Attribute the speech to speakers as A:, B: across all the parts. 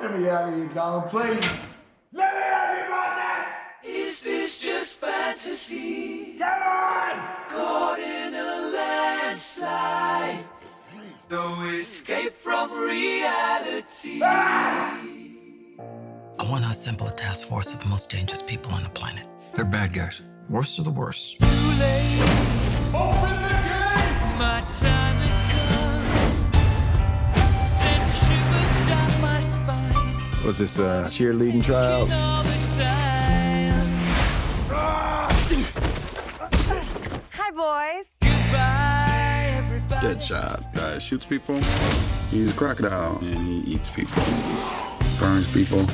A: Let me out of here, Donald, please.
B: Let me have you my neck!
C: Is this just fantasy?
B: Come on!
C: Caught in a landslide. No escape from reality.
D: I want to assemble a task force of the most dangerous people on the planet.
E: They're bad guys. Worst of the worst.
C: Too late.
B: Open the gate!
C: My time has come. Send shivers down my spine.
F: Was this uh, cheerleading trials?
C: All the time.
G: Hi, boys.
C: Goodbye, everybody.
H: Deadshot uh, shoots people. He's a crocodile and he eats people, burns people.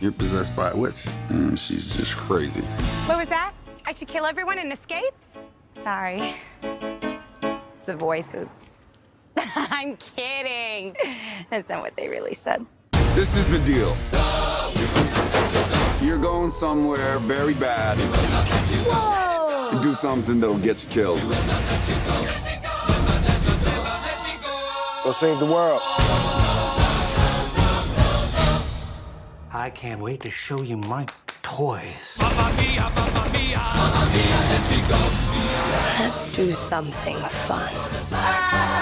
H: You're possessed by a witch, and she's just crazy.
G: What was that? I should kill everyone and escape? Sorry. It's The voices. I'm kidding. That's not what they really said.
H: This is the deal. You're going somewhere very bad. Do something that'll get you killed.
F: Let's go save the world.
I: I can't wait to show you my toys.
J: Let's do something fun.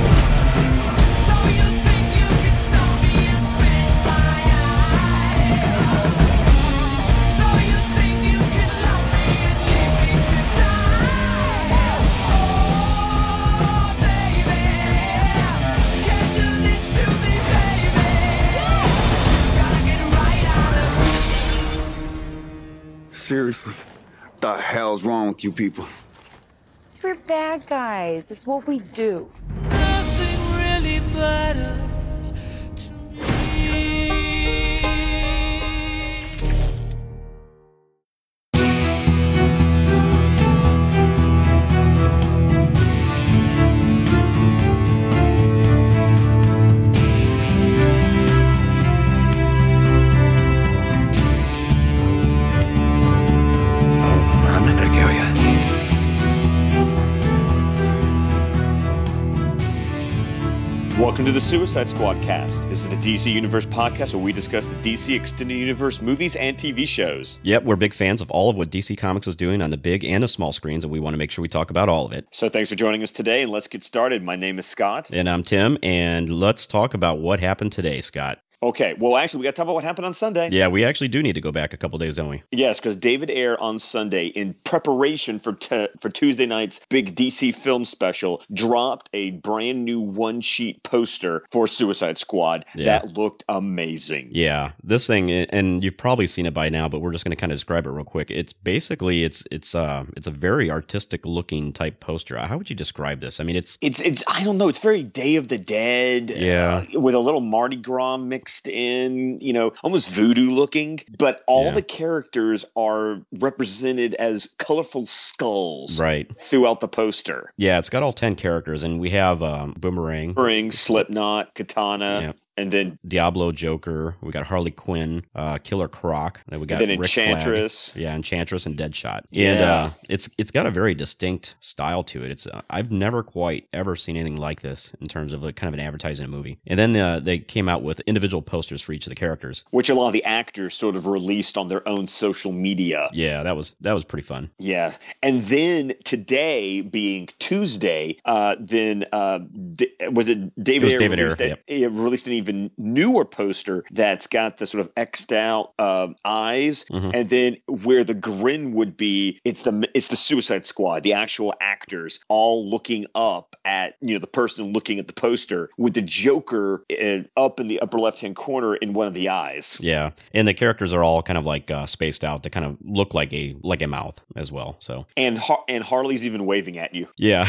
C: So you think you can stop me and spit fire? So you think you can love me and leave me to die? Oh, baby, can't do this to me, baby. Just gotta get right out of
H: Seriously, the hell's wrong with you people?
G: We're bad guys. It's what we do.
C: Nothing really matters to me.
E: I'm not gonna kill you.
K: Welcome to the Suicide Squad cast. This is the DC Universe podcast where we discuss the DC Extended Universe movies and TV shows. Yep, we're big fans of all of what DC Comics is doing on the big and the small screens, and we want to make sure we talk about all of it. So thanks for joining us today, and let's get started. My name is Scott. And I'm Tim, and let's talk about what happened today, Scott. Okay, well, actually, we got to talk about what happened on Sunday. Yeah, we actually do need to go back a couple days, don't we? Yes, because David Ayer on Sunday, in preparation for t- for Tuesday night's big DC film special, dropped a brand new one sheet poster for Suicide Squad
D: Yeah.
K: that looked amazing.
J: Yeah, this thing, and you've probably seen it by now, but we're just going to kind of describe it real quick. It's basically it's it's uh it's a very artistic looking type poster. How would you describe this? I mean, it's
K: It's it's I don't know. It's very Day of the Dead.
J: Yeah.
K: uh, with a little Mardi Gras mixed in. You know, almost voodoo looking. But all
J: Yeah.
K: the characters are represented as colorful skulls
J: right.
K: throughout the poster.
J: Yeah, it's got all ten characters, and we have um, Boomerang,
K: Boomerang, Slipknot, Katana,
J: Yep.
K: and then
J: Diablo, Joker. We got Harley Quinn, uh, Killer Croc. And then we got
K: then
J: Rick
K: Enchantress.
J: Flag. Yeah, Enchantress and Deadshot. And
K: Yeah.
J: uh, it's it's got a very distinct style to it. It's uh, I've never quite ever seen anything like this in terms of like kind of an advertising a movie. And then uh, they came out with individual posters for each of the characters.
K: Which a lot of the actors sort of released on their own social media.
J: Yeah, that was that was pretty fun.
K: Yeah. And then today being Tuesday, uh, then uh, D- was it David
J: was
K: Ayer
J: David Ayer,
K: released, a-
J: yep.
K: he released an even newer poster that's got the sort of X'd out um eyes.
J: Mhm.
K: And then where the grin would be, it's the it's the Suicide Squad, the actual actors all looking up at you know the person looking at the poster with the Joker uh, up in the upper left hand corner in one of the eyes.
J: Yeah, and the characters are all kind of like uh, spaced out to kind of look like a like a mouth as well. So
K: And Har- and Harley's even waving at you.
J: Yeah.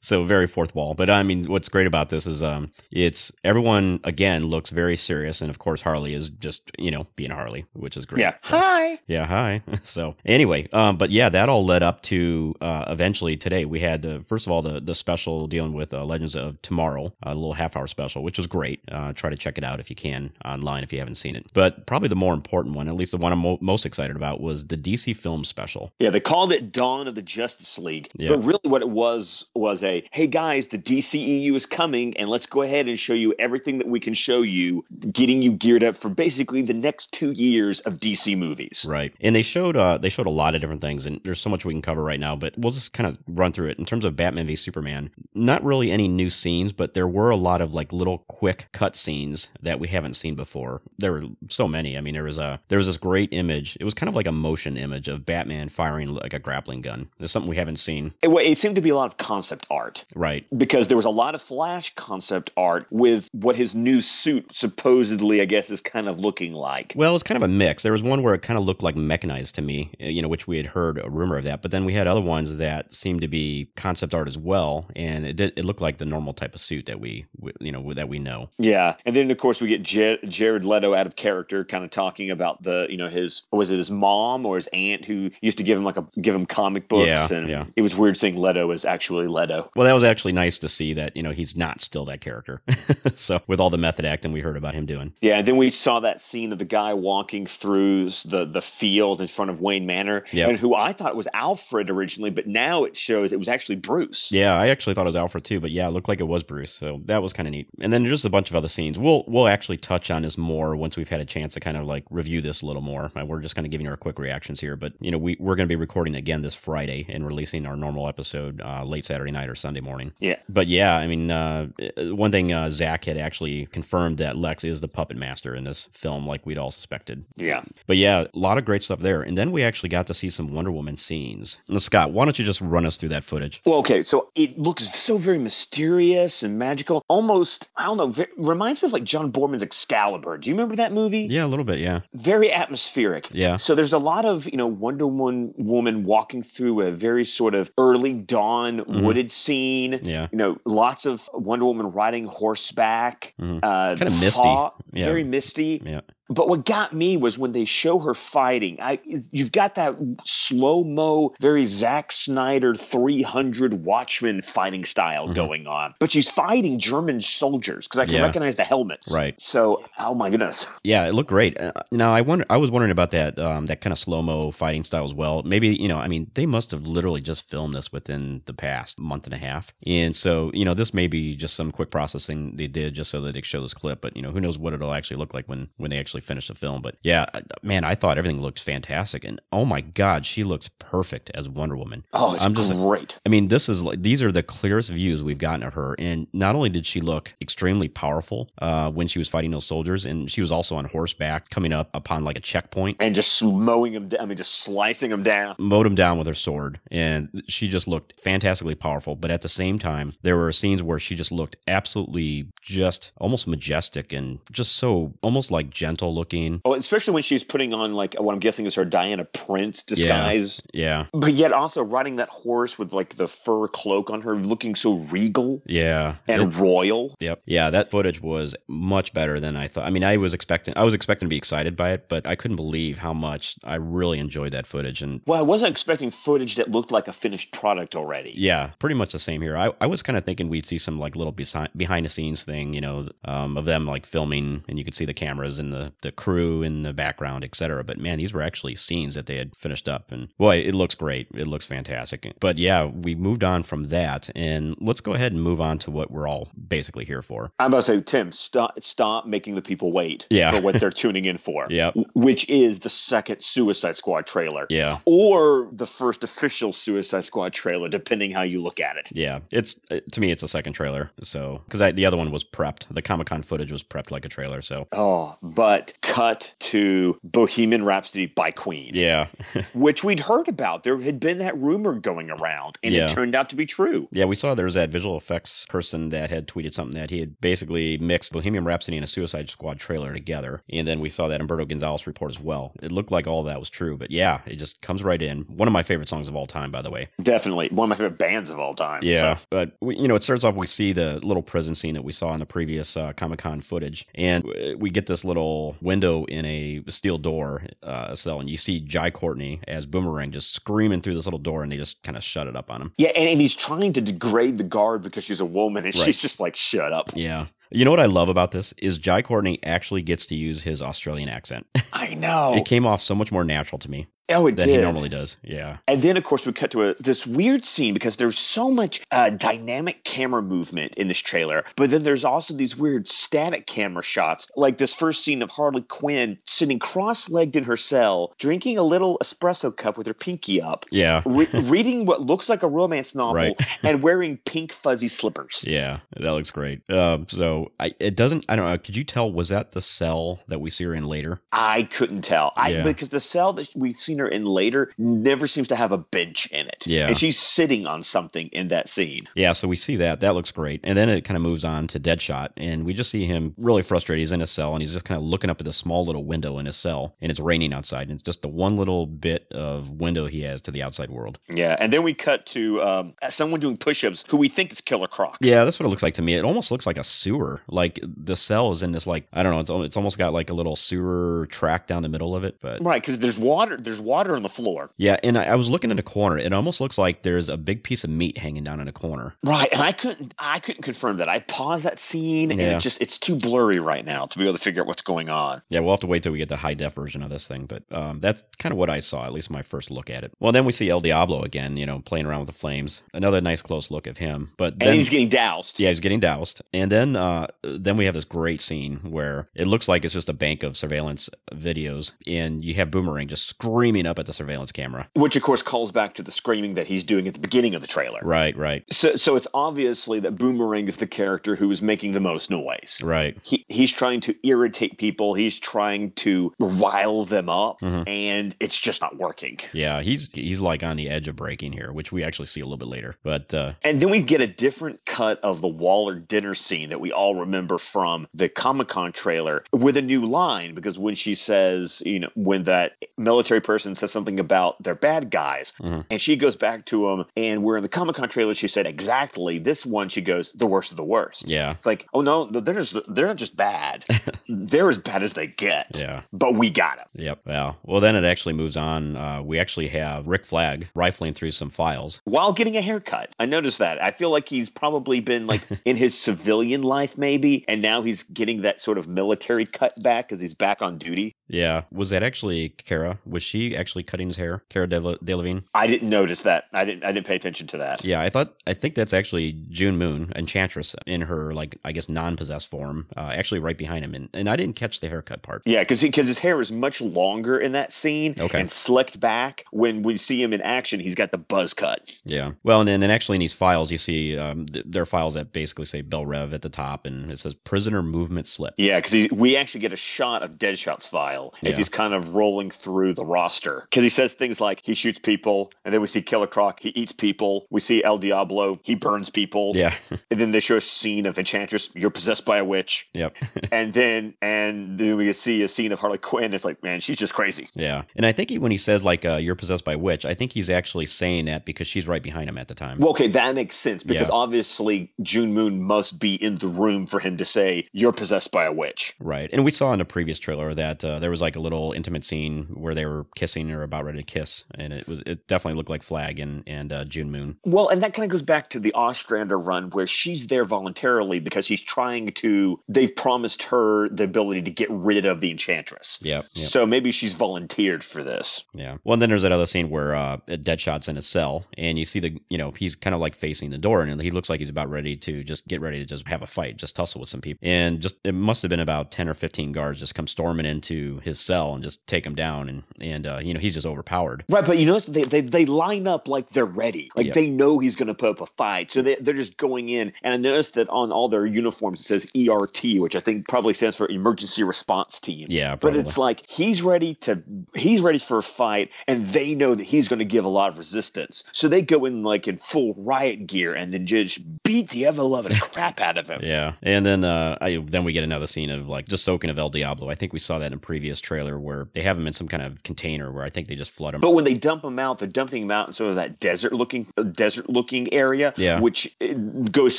J: so very fourth wall. But I mean, what's great about this is um, it's everyone, again, again looks very serious, and of course Harley is just you know being Harley, which is great.
K: Yeah. Hi.
J: Yeah, hi. So anyway, um, but yeah, that all led up to uh, eventually today. We had the first of all the the special dealing with uh, Legends of Tomorrow, a little half hour special, which was great. Uh, try to check it out if you can online if you haven't seen it. But probably the more important one, at least the one I'm mo- most excited about, was the DC film special.
K: Yeah, they called it Dawn of the Justice League.
J: Yeah.
K: But really what it was was a, hey guys, the DCEU is coming and let's go ahead and show you everything that we can show you, getting you geared up for basically the next 2 years of DC movies.
J: Right. And they showed uh they showed a lot of different things and there's so much we can cover right now, but we'll just kind of run through it. In terms of Batman v Superman, not really any new scenes, but there were a lot of like little quick cut scenes that we haven't seen before. There were so many. I mean, there was a there was this great image. It was kind of like a motion image of Batman firing like a grappling gun. It's something we haven't seen.
K: It, wa- it seemed to be a lot of concept art.
J: Right.
K: because there was a lot of flash concept art with what his new suit supposedly i guess is kind of looking like
J: Well, it's kind of a mix. There was one where it kind of looked like mechanized to me, uh, you know, which we had heard a rumor of that. But then we had other ones that seemed to be concept art as well, and it did, it looked like the normal type of suit that we, w- you know, that we know.
K: yeah and then of course we get Jar jared leto out of character kind of talking about the you know his was it his mom or his aunt who used to give him like a give him comic books
J: Yeah,
K: and
J: yeah.
K: it was weird seeing leto as actually leto
J: Well, that was actually nice to see that you know he's not still that character. so with all the method acting we heard about him doing,
K: yeah, and then we saw that scene of the guy walking through s- the the field in front of Wayne Manor,
J: Yep.
K: and who I thought was Alfred originally, but now it shows it was actually Bruce.
J: Yeah, I actually thought it was Alfred too, but yeah, it looked like it was Bruce. So that was kind of neat. And then just a bunch of other scenes. We'll we'll actually touch on this more once we've had a chance to kind of like review this a little more. Uh, We're just kind of giving our quick reactions here, but you know we we're going to be recording again this Friday and releasing our normal episode uh, late Saturday night or Sunday morning.
K: Yeah.
J: But yeah, I mean, uh, uh, one thing uh, Zach had actually confirmed that Lex is the puppet master in this film, like we'd all suspected.
K: Yeah.
J: But yeah, a lot of great stuff there. And then we actually got to see some Wonder Woman scenes. Now, Scott, why don't you just run us through that footage?
K: Well, okay, so it looks so very mysterious and magical. Almost, I don't know, ve- reminds me of like John Borman's Excalibur. Do you remember that movie?
J: Yeah, a little bit. Yeah.
K: Very atmospheric.
J: Yeah.
K: So there's a lot of, you know, Wonder Woman, woman walking through a very sort of early dawn
J: Mhm.
K: wooded scene.
J: Yeah.
K: You know, lots of Wonder Woman riding horseback.
J: Mhm.
K: Uh,
J: Kinda misty.
K: paw-
J: Yeah.
K: Very misty.
J: Yeah.
K: But what got me was when they show her fighting. I you've got that slow mo, very Zack Snyder 300 Watchmen fighting style going on. But she's fighting German soldiers because I can
J: Mm-hmm. Yeah.
K: recognize the helmets.
J: Right.
K: So, oh my goodness,
J: Yeah, it looked great. Uh, now I wonder. I was wondering about that um, that kind of slow mo fighting style as well. Maybe you know, I mean, they must have literally just filmed this within the past month and a half, and so you know, this may be just some quick processing they did just so that they could show this clip. But you know, who knows what it'll actually look like when when they actually finish the film. But yeah, I- man, I thought everything looked fantastic, and oh my god, she looks perfect as Wonder Woman.
K: Oh, it's
J: I'm just
K: great.
J: I mean, this is like these are the clearest views we've gotten of her, and not only did she look extremely powerful uh, when she was fighting those soldiers, and she was also on horseback coming up upon like a checkpoint.
K: and just mowing them. down I mean, just slicing them down.
J: Mowed him down with her sword, and she just looked fantastically powerful. But at the same time, there were scenes where she just looked absolutely just almost majestic and just so almost like gentle looking.
K: Oh, especially when she's putting on like what I'm guessing is her Diana Prince disguise.
J: Yeah.
K: But yet also riding that horse with like the fur cloak on her, looking so regal
J: Yeah.
K: and royal.
J: Yep. Yeah, that footage was much better than I thought. I mean, I was expecting I was expecting to be excited by it, but I couldn't believe how much I really enjoyed that footage and
K: Well, I wasn't expecting footage that looked like a finished product already.
J: yeah, pretty much the same here. I, I was kind of thinking we'd see some like little besi- behind the scenes thing, you know, um, of them like filming and you could see the cameras and the, the crew in the background, et cetera. But man, these were actually scenes that they had finished up. And boy, it looks great. It looks fantastic. But yeah, we moved on from that. And let's go ahead and move on to what we're all basically here for.
K: I'm about to say, Tim, stop, stop making the people wait
J: Yeah.
K: for what they're tuning in for.
J: Yep.
K: Which is the second Suicide Squad trailer.
J: Yeah.
K: Or the first official Suicide Squad trailer, depending how you look at it.
J: Yeah, it's uh, to me it's a second trailer. So because the other one was prepped, the Comic Con footage was prepped like a trailer. So
K: Oh, but direct cut to Bohemian Rhapsody by Queen.
J: Yeah.
K: which we'd heard about. There had been that rumor going around, and
J: Yeah.
K: it turned out to be true.
J: Yeah, we saw there was that visual effects person that had tweeted something that he had basically mixed Bohemian Rhapsody and a Suicide Squad trailer together. And then we saw that Umberto Gonzalez report as well. It looked like all that was true, but yeah, it just comes right in. One of my favorite songs of all time, by the way.
K: Definitely one of my favorite bands of all time.
J: Yeah,
K: So,
J: but we, you know, it starts off. We see the little prison scene that we saw in the previous uh, Comic Con footage, and w- we get this little window in a steel door uh, cell, and you see Jai Courtney as Boomerang just screaming through this little door, and they just kind of shut it up on him.
K: yeah, and, and he's trying to degrade the guard because she's a woman, and
J: Right.
K: she's just like, "Shut up."
J: Yeah. You know what I love about this is Jai Courtney actually gets to use his Australian accent.
K: I know.
J: It came off so much more natural to me
K: Oh, it
J: than he
K: did.
J: normally does. Yeah.
K: And then, of course, we cut to a, this weird scene because there's so much uh, dynamic camera movement in this trailer, but then there's also these weird static camera shots, like this first scene of Harley Quinn sitting cross legged in her cell, drinking a little espresso cup with her pinky up,
J: Yeah.
K: re- reading what looks like a romance novel,
J: Right.
K: and wearing pink fuzzy slippers.
J: Yeah, that looks great. Um, so I, it doesn't. I don't know. Could you tell? Was that the cell that we see her in later?
K: I couldn't tell. I
J: Yeah.
K: because the cell that we've seen her in later never seems to have a bench in it.
J: Yeah.
K: And she's sitting on something in that scene.
J: Yeah, so we see that. That looks great. And then it kind of moves on to Deadshot, and we just see him really frustrated. He's in his cell, and he's just kind of looking up at the small little window in his cell, and it's raining outside, and it's just the one little bit of window he has to the outside world.
K: Yeah, and then we cut to um, someone doing push-ups who we think is Killer Croc.
J: Yeah, that's what it looks like to me. It almost looks like a sewer. Like the cell is in this, like, I don't know, it's, al- it's almost got like a little sewer track down the middle of it, but.
K: Right, because there's water. There's water on the floor.
J: Yeah, and I, I was looking in the corner. It almost looks like there's a big piece of meat hanging down in a corner.
K: Right, and I couldn't. I couldn't confirm that. I paused that scene, and
J: Yeah.
K: it just it's too blurry right now to be able to figure out what's going on.
J: Yeah, we'll have to wait till we get the high def version of this thing, but um, that's kind of what I saw, at least my first look at it. Well, then we see El Diablo again, you know, playing around with the flames. Another nice close look of him, but
K: And
J: then
K: he's getting doused.
J: yeah, he's getting doused, and then uh, then we have this great scene where it looks like it's just a bank of surveillance videos, and you have Boomerang just screaming up at the surveillance camera.
K: Which, of course, calls back to the screaming that he's doing at the beginning of the trailer.
J: Right, right,
K: So, so it's obviously that Boomerang is the character who is making the most noise.
J: right.
K: He, he's trying to irritate people. He's trying to rile them up,
J: Mhm.
K: and it's just not working.
J: Yeah, he's he's like on the edge of breaking here, which we actually see a little bit later. But uh,
K: And then we get a different cut of the Waller dinner scene that we all remember from the Comic Con trailer with a new line because when she says, you know, when that military person says something about they're bad guys,
J: Mhm.
K: and she goes back to him, and we're in the Comic Con trailer, she said exactly this one. She goes, the worst of the worst.
J: yeah,
K: It's like, oh no, they're just they're not just bad. they're as bad as they get.
J: yeah.
K: But we got them.
J: Yep. Wow. Well, then it actually moves on. Uh, we actually have Rick Flag rifling through some files.
K: while getting a haircut. I noticed that. I feel like he's probably been like in his civilian life maybe, and now he's getting that sort of military cut back because he's back on duty.
J: Yeah. Was that actually Kara? Was she actually cutting his hair? Kara Del- Delevingne?
K: I didn't notice that. I didn't. I didn't pay attention to that.
J: Yeah, I thought I think that's actually June Moon, Enchantress, in her like I guess non-possessed form, uh, actually right behind him, and, and I didn't catch the haircut part.
K: Yeah, because because his hair is much longer in that scene
J: Okay.
K: and slicked back. When we see him in action, he's got the buzz cut.
J: Yeah. Well, and then and actually in these files, you see um, th- there are files that basically say Bell Rev at the top, and it says prisoner movement slip.
K: Yeah, because we actually get a shot of Deadshot's file as
J: Yeah.
K: he's kind of rolling through the roster. Because he says things like he shoots people, and then we see Killer Croc, he eats people. We see El Diablo, he burns people.
J: Yeah.
K: And then they show a scene of Enchantress, you're possessed by a witch.
J: yep.
K: And then and then we see a scene of Harley Quinn. It's like, man, she's just crazy.
J: Yeah. And I think he, when he says like uh, you're possessed by a witch, I think he's actually saying that because she's right behind him at the time.
K: Well, okay, that makes sense because
J: Yeah.
K: obviously June Moon must be in the room for him to say, You're possessed by a witch.
J: Right. And we saw in a previous trailer that uh, there was like a little intimate scene where they were kissing or about ready to kiss. And it was, it definitely looked like Flag and, and uh, June Moon.
K: Well, and that kind of goes back to the Ostrander run where she's there voluntarily because she's trying to they've promised her the ability to get rid of the enchantress.
J: Yeah. Yeah.
K: So maybe she's volunteered for this.
J: yeah. Well, and then there's that other scene where uh, Deadshot's in a cell and you see the, you know, he's kind of like facing the door and he looks like he's about ready to just get ready to just have a fight, just tussle with some people. And just, it must have been about 10 or 15 guards just come storming into his cell and just take him down. And, and uh, you know, he's just overpowered.
K: Right, but you notice they, they they line up like they're ready, like
J: Yep.
K: they know he's going to put up a fight, so they they're just going in. And I noticed that on all their uniforms it says ERT, which I think probably stands for Emergency Response Team.
J: Yeah,
K: but
J: probably.
K: it's like he's ready to he's ready for a fight, and they know that he's going to give a lot of resistance, so they go in like in full riot gear and then just beat the ever loving crap out of him.
J: Yeah, and then uh, I, then we get another scene of like just soaking of El Diablo. I think we saw that in a previous trailer where they have him in some kind of container where I think they just flood him.
K: But when they dump him out, they're dumping him out in sort of that desert looking uh, desert looking area,
J: Yeah.
K: which eh, goes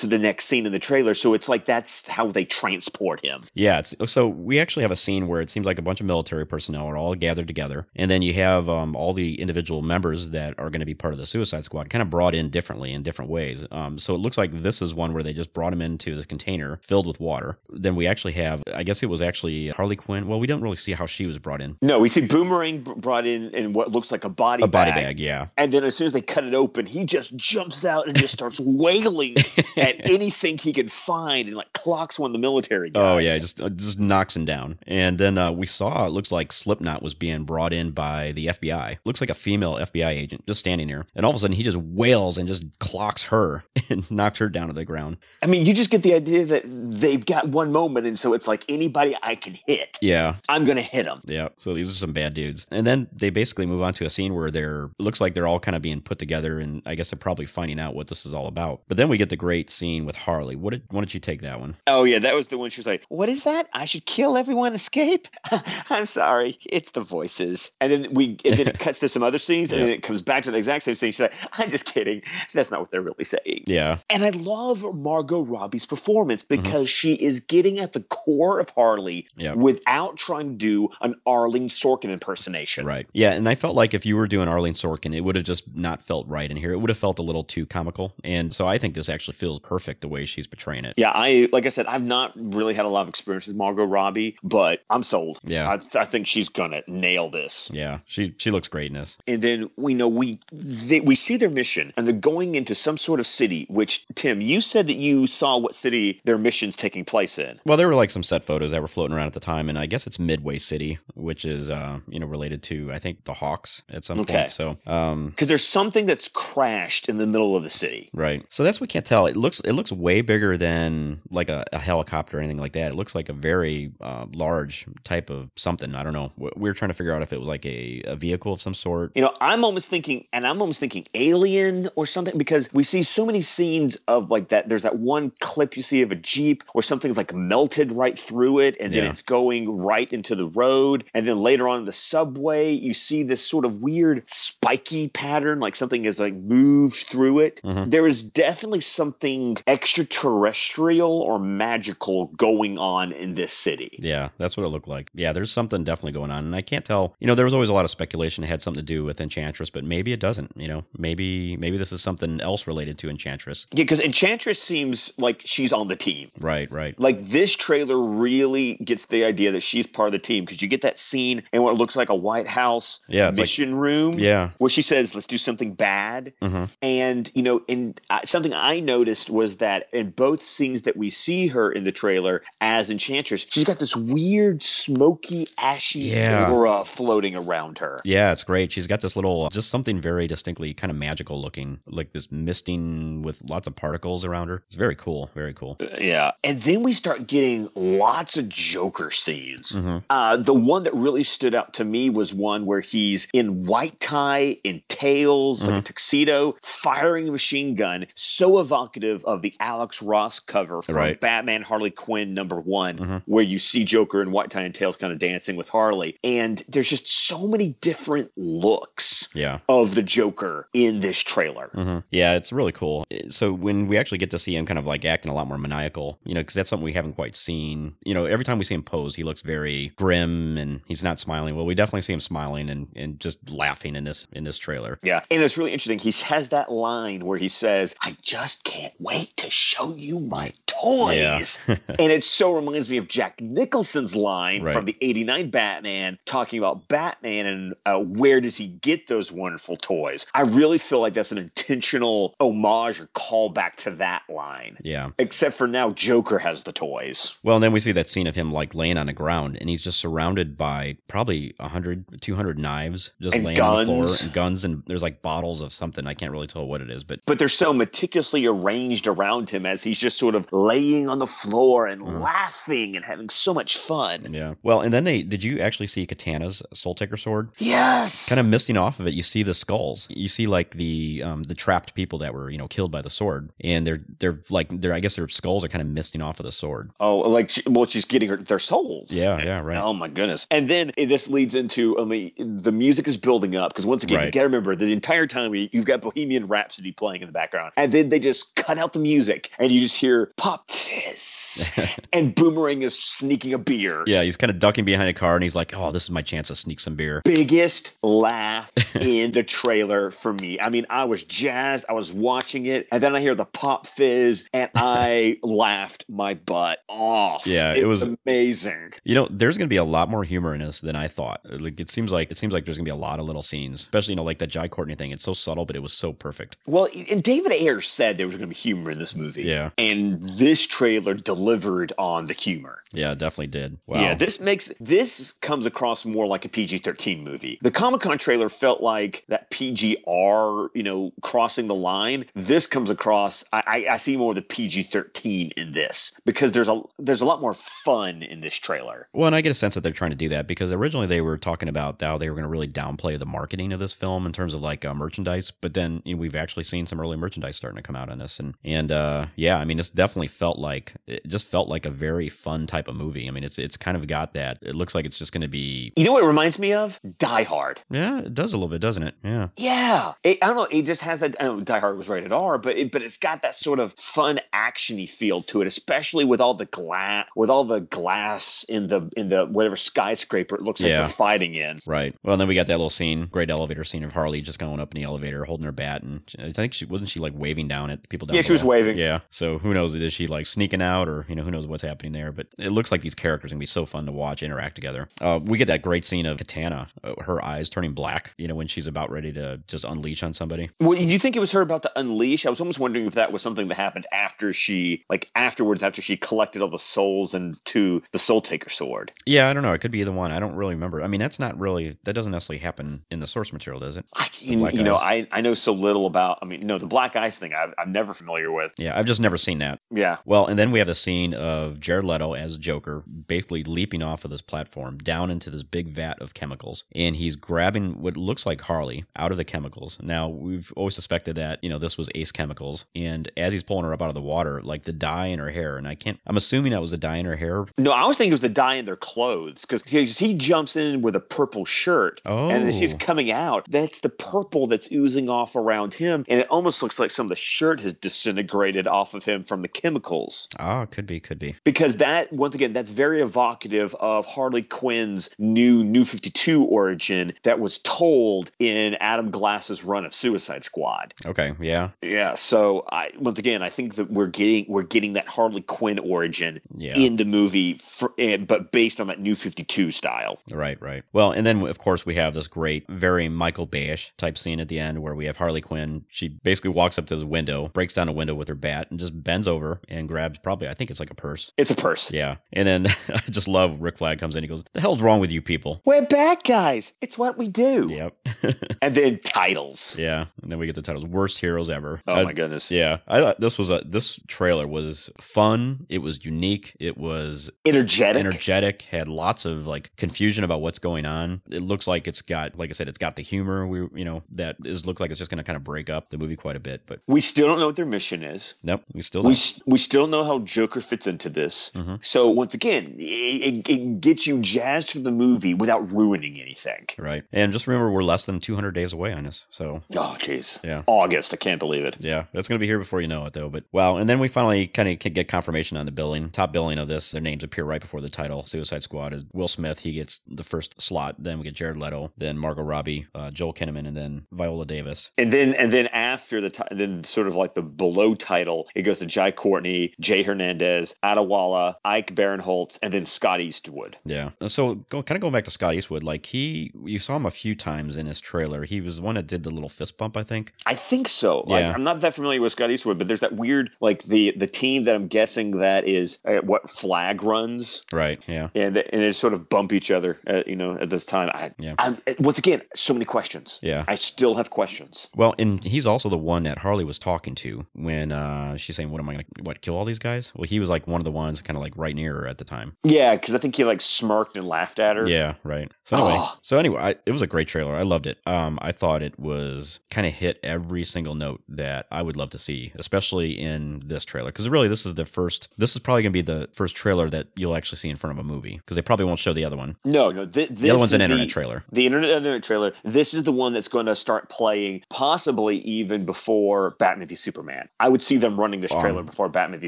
K: to the next scene in the trailer. So it's like that's how they transport him.
J: Yeah, it's, so we actually have a scene where it seems like a bunch of military personnel are all gathered together, and then you have um, all the individual members that are going to be part of the Suicide Squad kind of brought in differently in different ways. Um, so it looks like this is one where they just brought him into this container filled with water. Then we actually have, I guess it was actually Harley Quinn. Well, we don't really see how she was brought in.
K: No, we see Boomerang b- brought in in what looks like a body
J: a body
K: bag.
J: bag, yeah.
K: And then as soon as they cut it open, he just jumps out and just starts wailing at anything he can find and like clocks one of the military guys.
J: Oh yeah, just uh, just knocks him down. And then uh, we saw it looks like Slipknot was being brought in by the FBI. Looks like a female FBI agent just standing there, and all of a sudden he just wails and just clocks her and knocks her down to the ground.
K: I mean, you just get the idea that they've got one moment, and so it's like anybody I can hit,
J: Yeah.
K: I'm gonna hit him.
J: Yeah, so these are some bad dudes. And then they basically move on to a scene where they're it looks like they're all kind of being put together and I guess they're probably finding out what this is all about. But then we get the great scene with Harley. What did why don't you take that one?
K: Oh yeah, that was the one she was like, "What is that? I should kill everyone, escape." I'm sorry, it's the voices. And then we, and then it cuts to some other scenes, and then it comes back to the exact same scene. She's like, "I'm just kidding. That's not what they're really saying."
J: Yeah. Mm-hmm.
K: And I love Margot Robbie's performance because she is getting at the core of Harley
J: Yep.
K: without trying to do an Arlene Sorkin impersonation.
J: Right. Yeah, and I felt like if you were doing Arlene Sorkin, it would have just not felt right in here. It would have felt a little too comical. And so I think this actually feels perfect the way she's portraying it.
K: Yeah, I like I said, I've not really had a lot of experience with Margot Robbie, but I'm sold.
J: Yeah.
K: I, I think she's gonna nail this.
J: Yeah. She she looks great in this.
K: and then we know we they, we see their mission and they're going into some sort of city which tim you said that you saw what city their mission's taking place in
J: Well, there were like some set photos that were floating around at the time, and I guess it's Midway City, which is uh, you know, related to I think the Hawks at some
K: Okay.
J: point. So um
K: because there's something that's crashed in the middle of the city
J: Right. So that's what we can't tell. It looks it looks way bigger than like a, a helicopter or anything like that. It looks like a very uh, large type of something. I don't know. We we were trying to figure out if it was like a, a vehicle of some sort.
K: you know i'm almost thinking and i'm almost thinking alien or something because we see so many scenes of like that there's that one clip you see of a jeep where something's like melted right through it and then
J: Yeah.
K: it's going right into the road and then later on in the subway you see this sort of weird spiky pattern like something is like moved through it
J: Mm-hmm.
K: There is definitely something extraterrestrial or magical going on in this city
J: Yeah, that's what it looked like. Yeah, there's something definitely going on, and I can't tell. You know, there was always a lot of speculation it had something to do with Enchantress, but maybe it doesn't. You know, maybe maybe this is something else related to Enchantress.
K: yeah because enchantress seems like she's on the team
J: Right, right.
K: Like this trailer really gets the idea that she's part of the team because you get that scene in what looks like a White House
J: Yeah, it's like-
K: mission room,
J: Yeah.
K: where she says, "Let's do something bad."
J: hmm
K: And you know, and uh, something I noticed was that in both scenes that we see her in the trailer as Enchantress, she's got this weird smoky, ashy
J: Yeah.
K: aura floating around her.
J: Yeah, it's great. She's got this little, just something very distinctly kind of magical looking, like this misting with lots of particles around her. It's very cool. Very cool.
K: Yeah. And then we start getting lots of Joker scenes.
J: Mhm.
K: Uh, the one that really stood out to me was one where he's in white tie, in tails, like a
J: Mhm.
K: tuxedo, firing a machine gun, so evocative of the Alex Ross cover from
J: Right.
K: Batman Harley Quinn number one,
J: Mhm.
K: where you see Joker in white tie and tails kind of dancing with Harley. And there's just so many different looks
J: Yeah.
K: of the Joker in this trailer.
J: hmm Yeah, it's really cool. So when we actually get to see him kind of like acting a lot more maniacal, you know, because that's something we haven't quite seen. You know, every time we see him pose, he looks very grim and he's not smiling. Well, we definitely see him smiling and, and just laughing in this in this trailer.
K: Yeah. And it's really interesting. He has that line where he says, I just can't wait to show you my toys. and it so reminds me of Jack Nicholson's line
J: Right.
K: from the 89 Batman talking about Batman and uh, where does he get those wonderful toys. I really feel like that's an intentional homage or callback to that line.
J: Yeah.
K: Except for now, Joker has the toys.
J: Well, and then we see that scene of him like laying on the ground and he's just surrounded by probably 100, few hundred knives just
K: And
J: laying on the floor
K: guns.
J: and guns and there's like bottles of something. I can't really tell what it is, but
K: But they're so meticulously arranged around him as he's just sort of laying on the floor and laughing and having so much fun.
J: yeah. Well, and then they did you actually see Katana's soul taker sword?
K: Yes.
J: Kind of misting off of it, you see the skulls. You see like the um, the trapped people that were you know killed by the sword, and they're they're like they're I guess their skulls are kind of misting off of the sword.
K: Oh, like she, well, she's getting her, their souls.
J: Yeah, yeah, right.
K: Oh my goodness! And then eh, this leads into I mean, the music is building up because once again, you
J: Right.
K: got to remember the entire time you- you've got Bohemian Rhapsody playing in the background, and then they just cut out the music, and you just hear pop fizz, and Boomerang is sneaking a beer.
J: Yeah, he's kind of ducking behind a car, and he's like, "Oh, this is my chance to sneak some beer."
K: Biggest laugh in the trailer for me. I mean, I was jazzed. I was watching it, and then I hear the pop fizz, and I laughed my butt off.
J: Yeah, it was-
K: amazing.
J: You know, there's going to be a lot more humor in this than I thought. Like it seems like it seems like there's going to be a lot of little scenes, especially you know like that Jai Courtney thing. It's so subtle, but it was so perfect.
K: Well, and David Ayer said there was going to be humor in this movie.
J: Yeah.
K: And this trailer delivered on the humor.
J: Yeah, it definitely did. Wow.
K: Yeah, this makes this comes across more like a PG-13 movie. The Comic-Con trailer felt like that PGR, you know, crossing the line. This comes across I, I, I see more of the PG-13 in this because there's a there's a lot more fun in this trailer.
J: Well, and I get a sense that they're trying to do that because originally they were talking about how they were going to really downplay the marketing of this film in terms of like uh, merchandise, but then you know, we've actually seen some early merchandise starting to come out on this, and and uh, yeah, I mean, this definitely felt like it just felt like a very fun type of movie. I mean, it's it's kind of got that. It looks like it's just going to be.
K: You know what it reminds me of? Die Hard.
J: Yeah, it does a little bit, doesn't it? Yeah.
K: Yeah, it, I don't know. It just has that. I know Die Hard was rated R, but it, but it's got that sort of fun actiony feel to it, especially with all the glass with all the glass in the in the whatever skyscraper it looks like
J: Yeah.
K: they're fighting in.
J: Right. Well, and then we got that little scene, great elevator scene of Harley just going up in the elevator, holding her bat, and she- I think she wasn't she like waving down at the people down.
K: Yeah, she was
J: below?
K: waving.
J: Yeah. So who knows? Is she like sneaking out, or you know who knows what's happening there? But it looks like these characters are gonna be so fun to watch interact together. Uh, we get that great scene of Katana, uh, her eyes turning black. You know when she's about ready to just unleash on somebody.
K: Well, do you think it was her about to unleash? I was almost wondering if that was something that happened after she, like afterwards, after she collected all the souls into the Soul Taker sword.
J: Yeah, I don't know. It could be either one. I don't really remember. I mean, that's not really that doesn't necessarily happen in the source material, does it? The
K: You,
J: black
K: you know,
J: eyes.
K: I, I know so little about. I mean, no, the black ice thing I, I'm never familiar with.
J: Yeah, I've just never seen that.
K: Yeah.
J: Well, and then we have the scene of Jared Leto as Joker basically leaping off of this platform down into this big vat of chemicals, and he's grabbing what looks like Harley out of the chemicals. Now, we've always suspected that, you know, this was Ace Chemicals, and as he's pulling her up out of the water, like the dye in her hair, and I can't, I'm assuming that was the dye in her hair.
K: No, I was thinking it was the dye in their clothes because he jumps in with a purple shirt, and as she's
J: Oh.
K: coming out, that's the purple that's oozing off around him, and it almost looks like some of the shirt has disintegrated off of him from the chemicals.
J: Ah, could be, could be.
K: Because that, once again, that's very evocative of Harley Quinn's new New 52 origin that was told in Adam Glass's run of Suicide Squad.
J: Okay, yeah.
K: Yeah, so I once again I think that we're getting we're getting that Harley Quinn origin
J: Yeah.
K: in the movie, for, eh, but based on that new Fifty Two style.
J: Right, right. Well, and then of course we have this great, very Michael Bayish type scene at the end where we have Harley Quinn. She basically walks up to this window, breaks down a window with her bat, and just bends over and grabs probably I think it's like a purse.
K: It's a purse.
J: Yeah. And then I just love Rick Flag comes in. He goes, "The hell's wrong with you people?"
K: We're bad guys. It's what we do.
J: Yep.
K: and then titles.
J: Yeah. And then we get the titles "Worst Heroes Ever."
K: Oh
J: I-
K: my goodness.
J: Yeah. I thought this was a this trailer was fun. It was unique. It was
K: Energetic.
J: energetic had lots of like confusion about what's going on it looks like it's got like i said it's got the humor we you know that is looked like it's just going to kind of break up the movie quite a bit but
K: We still don't know what their mission is.
J: nope we still
K: We,
J: don't.
K: s- we still know how Joker fits into this.
J: Mm-hmm.
K: So once again, it, it, it gets you jazzed for the movie without ruining anything.
J: right and just remember we're less than 200 days away on this so
K: Oh, jeez.
J: Yeah.
K: August. I can't believe it.
J: yeah, that's going to be here before you know it, though. But wow. And then we finally kind of get confirmation on the billing. Top billing of this, their names appear right before the title. Suicide Squad is Will Smith. He gets the first slot. Then we get Jared Leto, then Margot Robbie, uh, Joel Kinnaman, and then Viola Davis.
K: And then and then after the ti- then sort of like the below title, it goes to Jai Courtney, Jay Hernandez, Adewala, Ike Barinholtz, and then Scott Eastwood.
J: Yeah. So go, kind of going back to Scott Eastwood, like he, you saw him a few times in his trailer. He was the one that did the little fist bump, I think.
K: I think so. Like
J: Yeah.
K: I'm not that familiar with Scott Eastwood, but there's that weird like the the team that I'm guessing that is uh, what flag runs.
J: Right. Yeah.
K: And, they- and they sort of bump each other, at, you know, at the time. I, I'm, once again, so many questions.
J: Yeah.
K: I still have questions.
J: Well, and he's also the one that Harley was talking to when uh, she's saying, "What am I going to what kill all these guys?" Well, he was like one of the ones kind of like right near her at the time.
K: Yeah, because I think he like smirked and laughed at her.
J: Yeah, right. So anyway,
K: Oh.
J: so anyway, I, it was a great trailer. I loved it. Um, I thought it was kind of hit every single note that I would love to see, especially in this trailer, because really this is the first. This is probably going to be the first trailer that you'll actually see in front of a movie, because they probably won't show the other one.
K: No, no. Th-
J: The other
K: this
J: one's an
K: is
J: internet
K: the-
J: trailer.
K: The internet, internet trailer. This is the one that's going to start playing, possibly even before Batman v Superman. I would see them running this
J: Um,
K: trailer before Batman v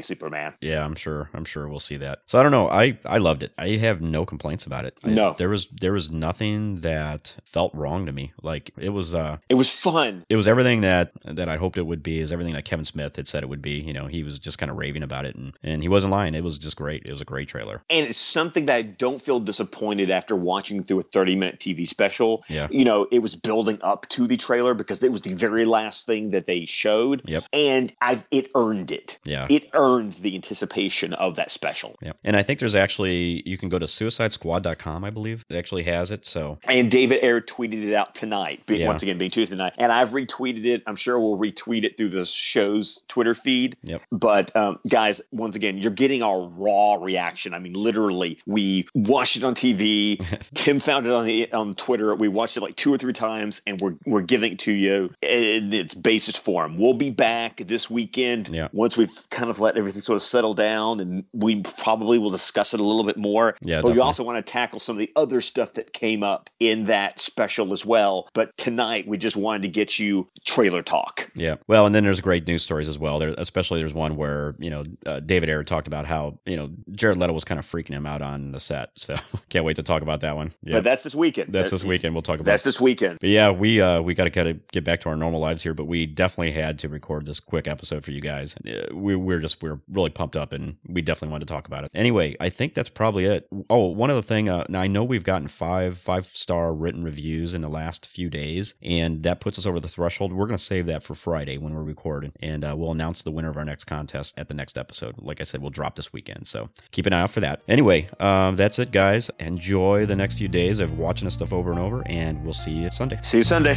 K: Superman.
J: Yeah, I'm sure. I'm sure we'll see that. So I don't know. I I loved it. I have no complaints about it. I-
K: No.
J: there was there was nothing that felt wrong to me. Like it was uh
K: It was fun.
J: it was everything that that I hoped it would be. Is everything that Kevin Smith had said it would be. You know, he was just kind of raving about it, and and he wasn't lying. It was just great. It was a great trailer.
K: And it's something that I don't feel disappointed after watching through a 30 minute TV special.
J: Yeah.
K: You know, it was building up to the trailer because it was the very last thing that they showed.
J: Yep.
K: And I've, it earned it.
J: Yeah.
K: It earned the anticipation of that special.
J: Yeah. And I think there's actually you can go to suicidesquad.com. I believe it actually has it. So
K: And David Ayer tweeted it out tonight, be-
J: Yeah.
K: once again being Tuesday night. And I've retweeted it. I'm sure we'll retweet it through the show's Twitter feed.
J: Yep.
K: But um, guys, once again, you're getting our raw reaction. I mean, literally, we watched it on TV. Tim found it on the on Twitter. We watched it like two or three times, and we're we're giving it to you in its basis form. We'll be back this weekend
J: Yeah.
K: once we've kind of let everything sort of settle down, and we probably will discuss it a little bit more.
J: Yeah,
K: but we
J: definitely.
K: also also want to tackle some of the other stuff that came up in that special as well. But tonight, we just wanted to get you trailer talk.
J: Yeah. Well, and then there's great news stories as well. There, especially there's one where you know uh, David Ayer talked about how you know Jared Leto was kind of freaking him out on the set. So can't wait to talk about that one. Yeah.
K: But that's this weekend.
J: that's
K: That-
J: this weekend. We'll talk about.
K: That's this weekend.
J: But yeah, we uh, we got to kind of get back to our normal lives here, but we definitely had to record this quick episode for you guys. Uh, We we're just we're really pumped up, and we definitely wanted to talk about it. Anyway, I think that's probably it. Oh, one other thing. Uh, now I know we've gotten five five star written reviews in the last few days, and that puts us over the threshold. We're gonna save that for Friday when we're recording, and uh, we'll announce the winner of our next contest at the next episode. Like I said, we'll drop this weekend, so keep an eye out for that. Anyway, um, that's it, guys. Enjoy the next few days of watching this stuff over and over, and we'll see you Sunday.
K: See you Sunday.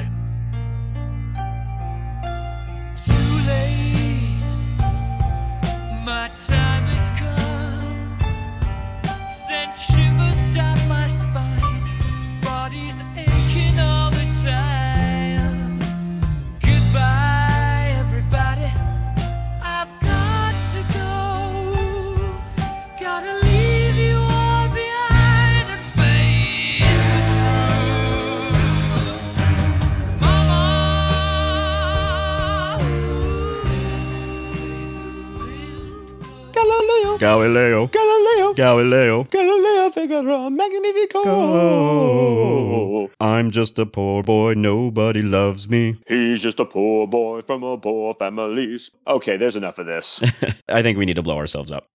C: Too late. My time has come. Sent shivers down my spine. Body's aching all the time. Goodbye, everybody. I've got to go. Gotta leave you all behind and face the truth. Mama.
B: Galileo.
J: Galileo.
B: Galileo.
J: Galileo.
B: Galileo Figaro Magnifico.
J: Go. I'm just a poor boy. Nobody loves me.
K: He's just a poor boy from a poor family. Okay, there's enough of this.
J: I think we need to blow ourselves up.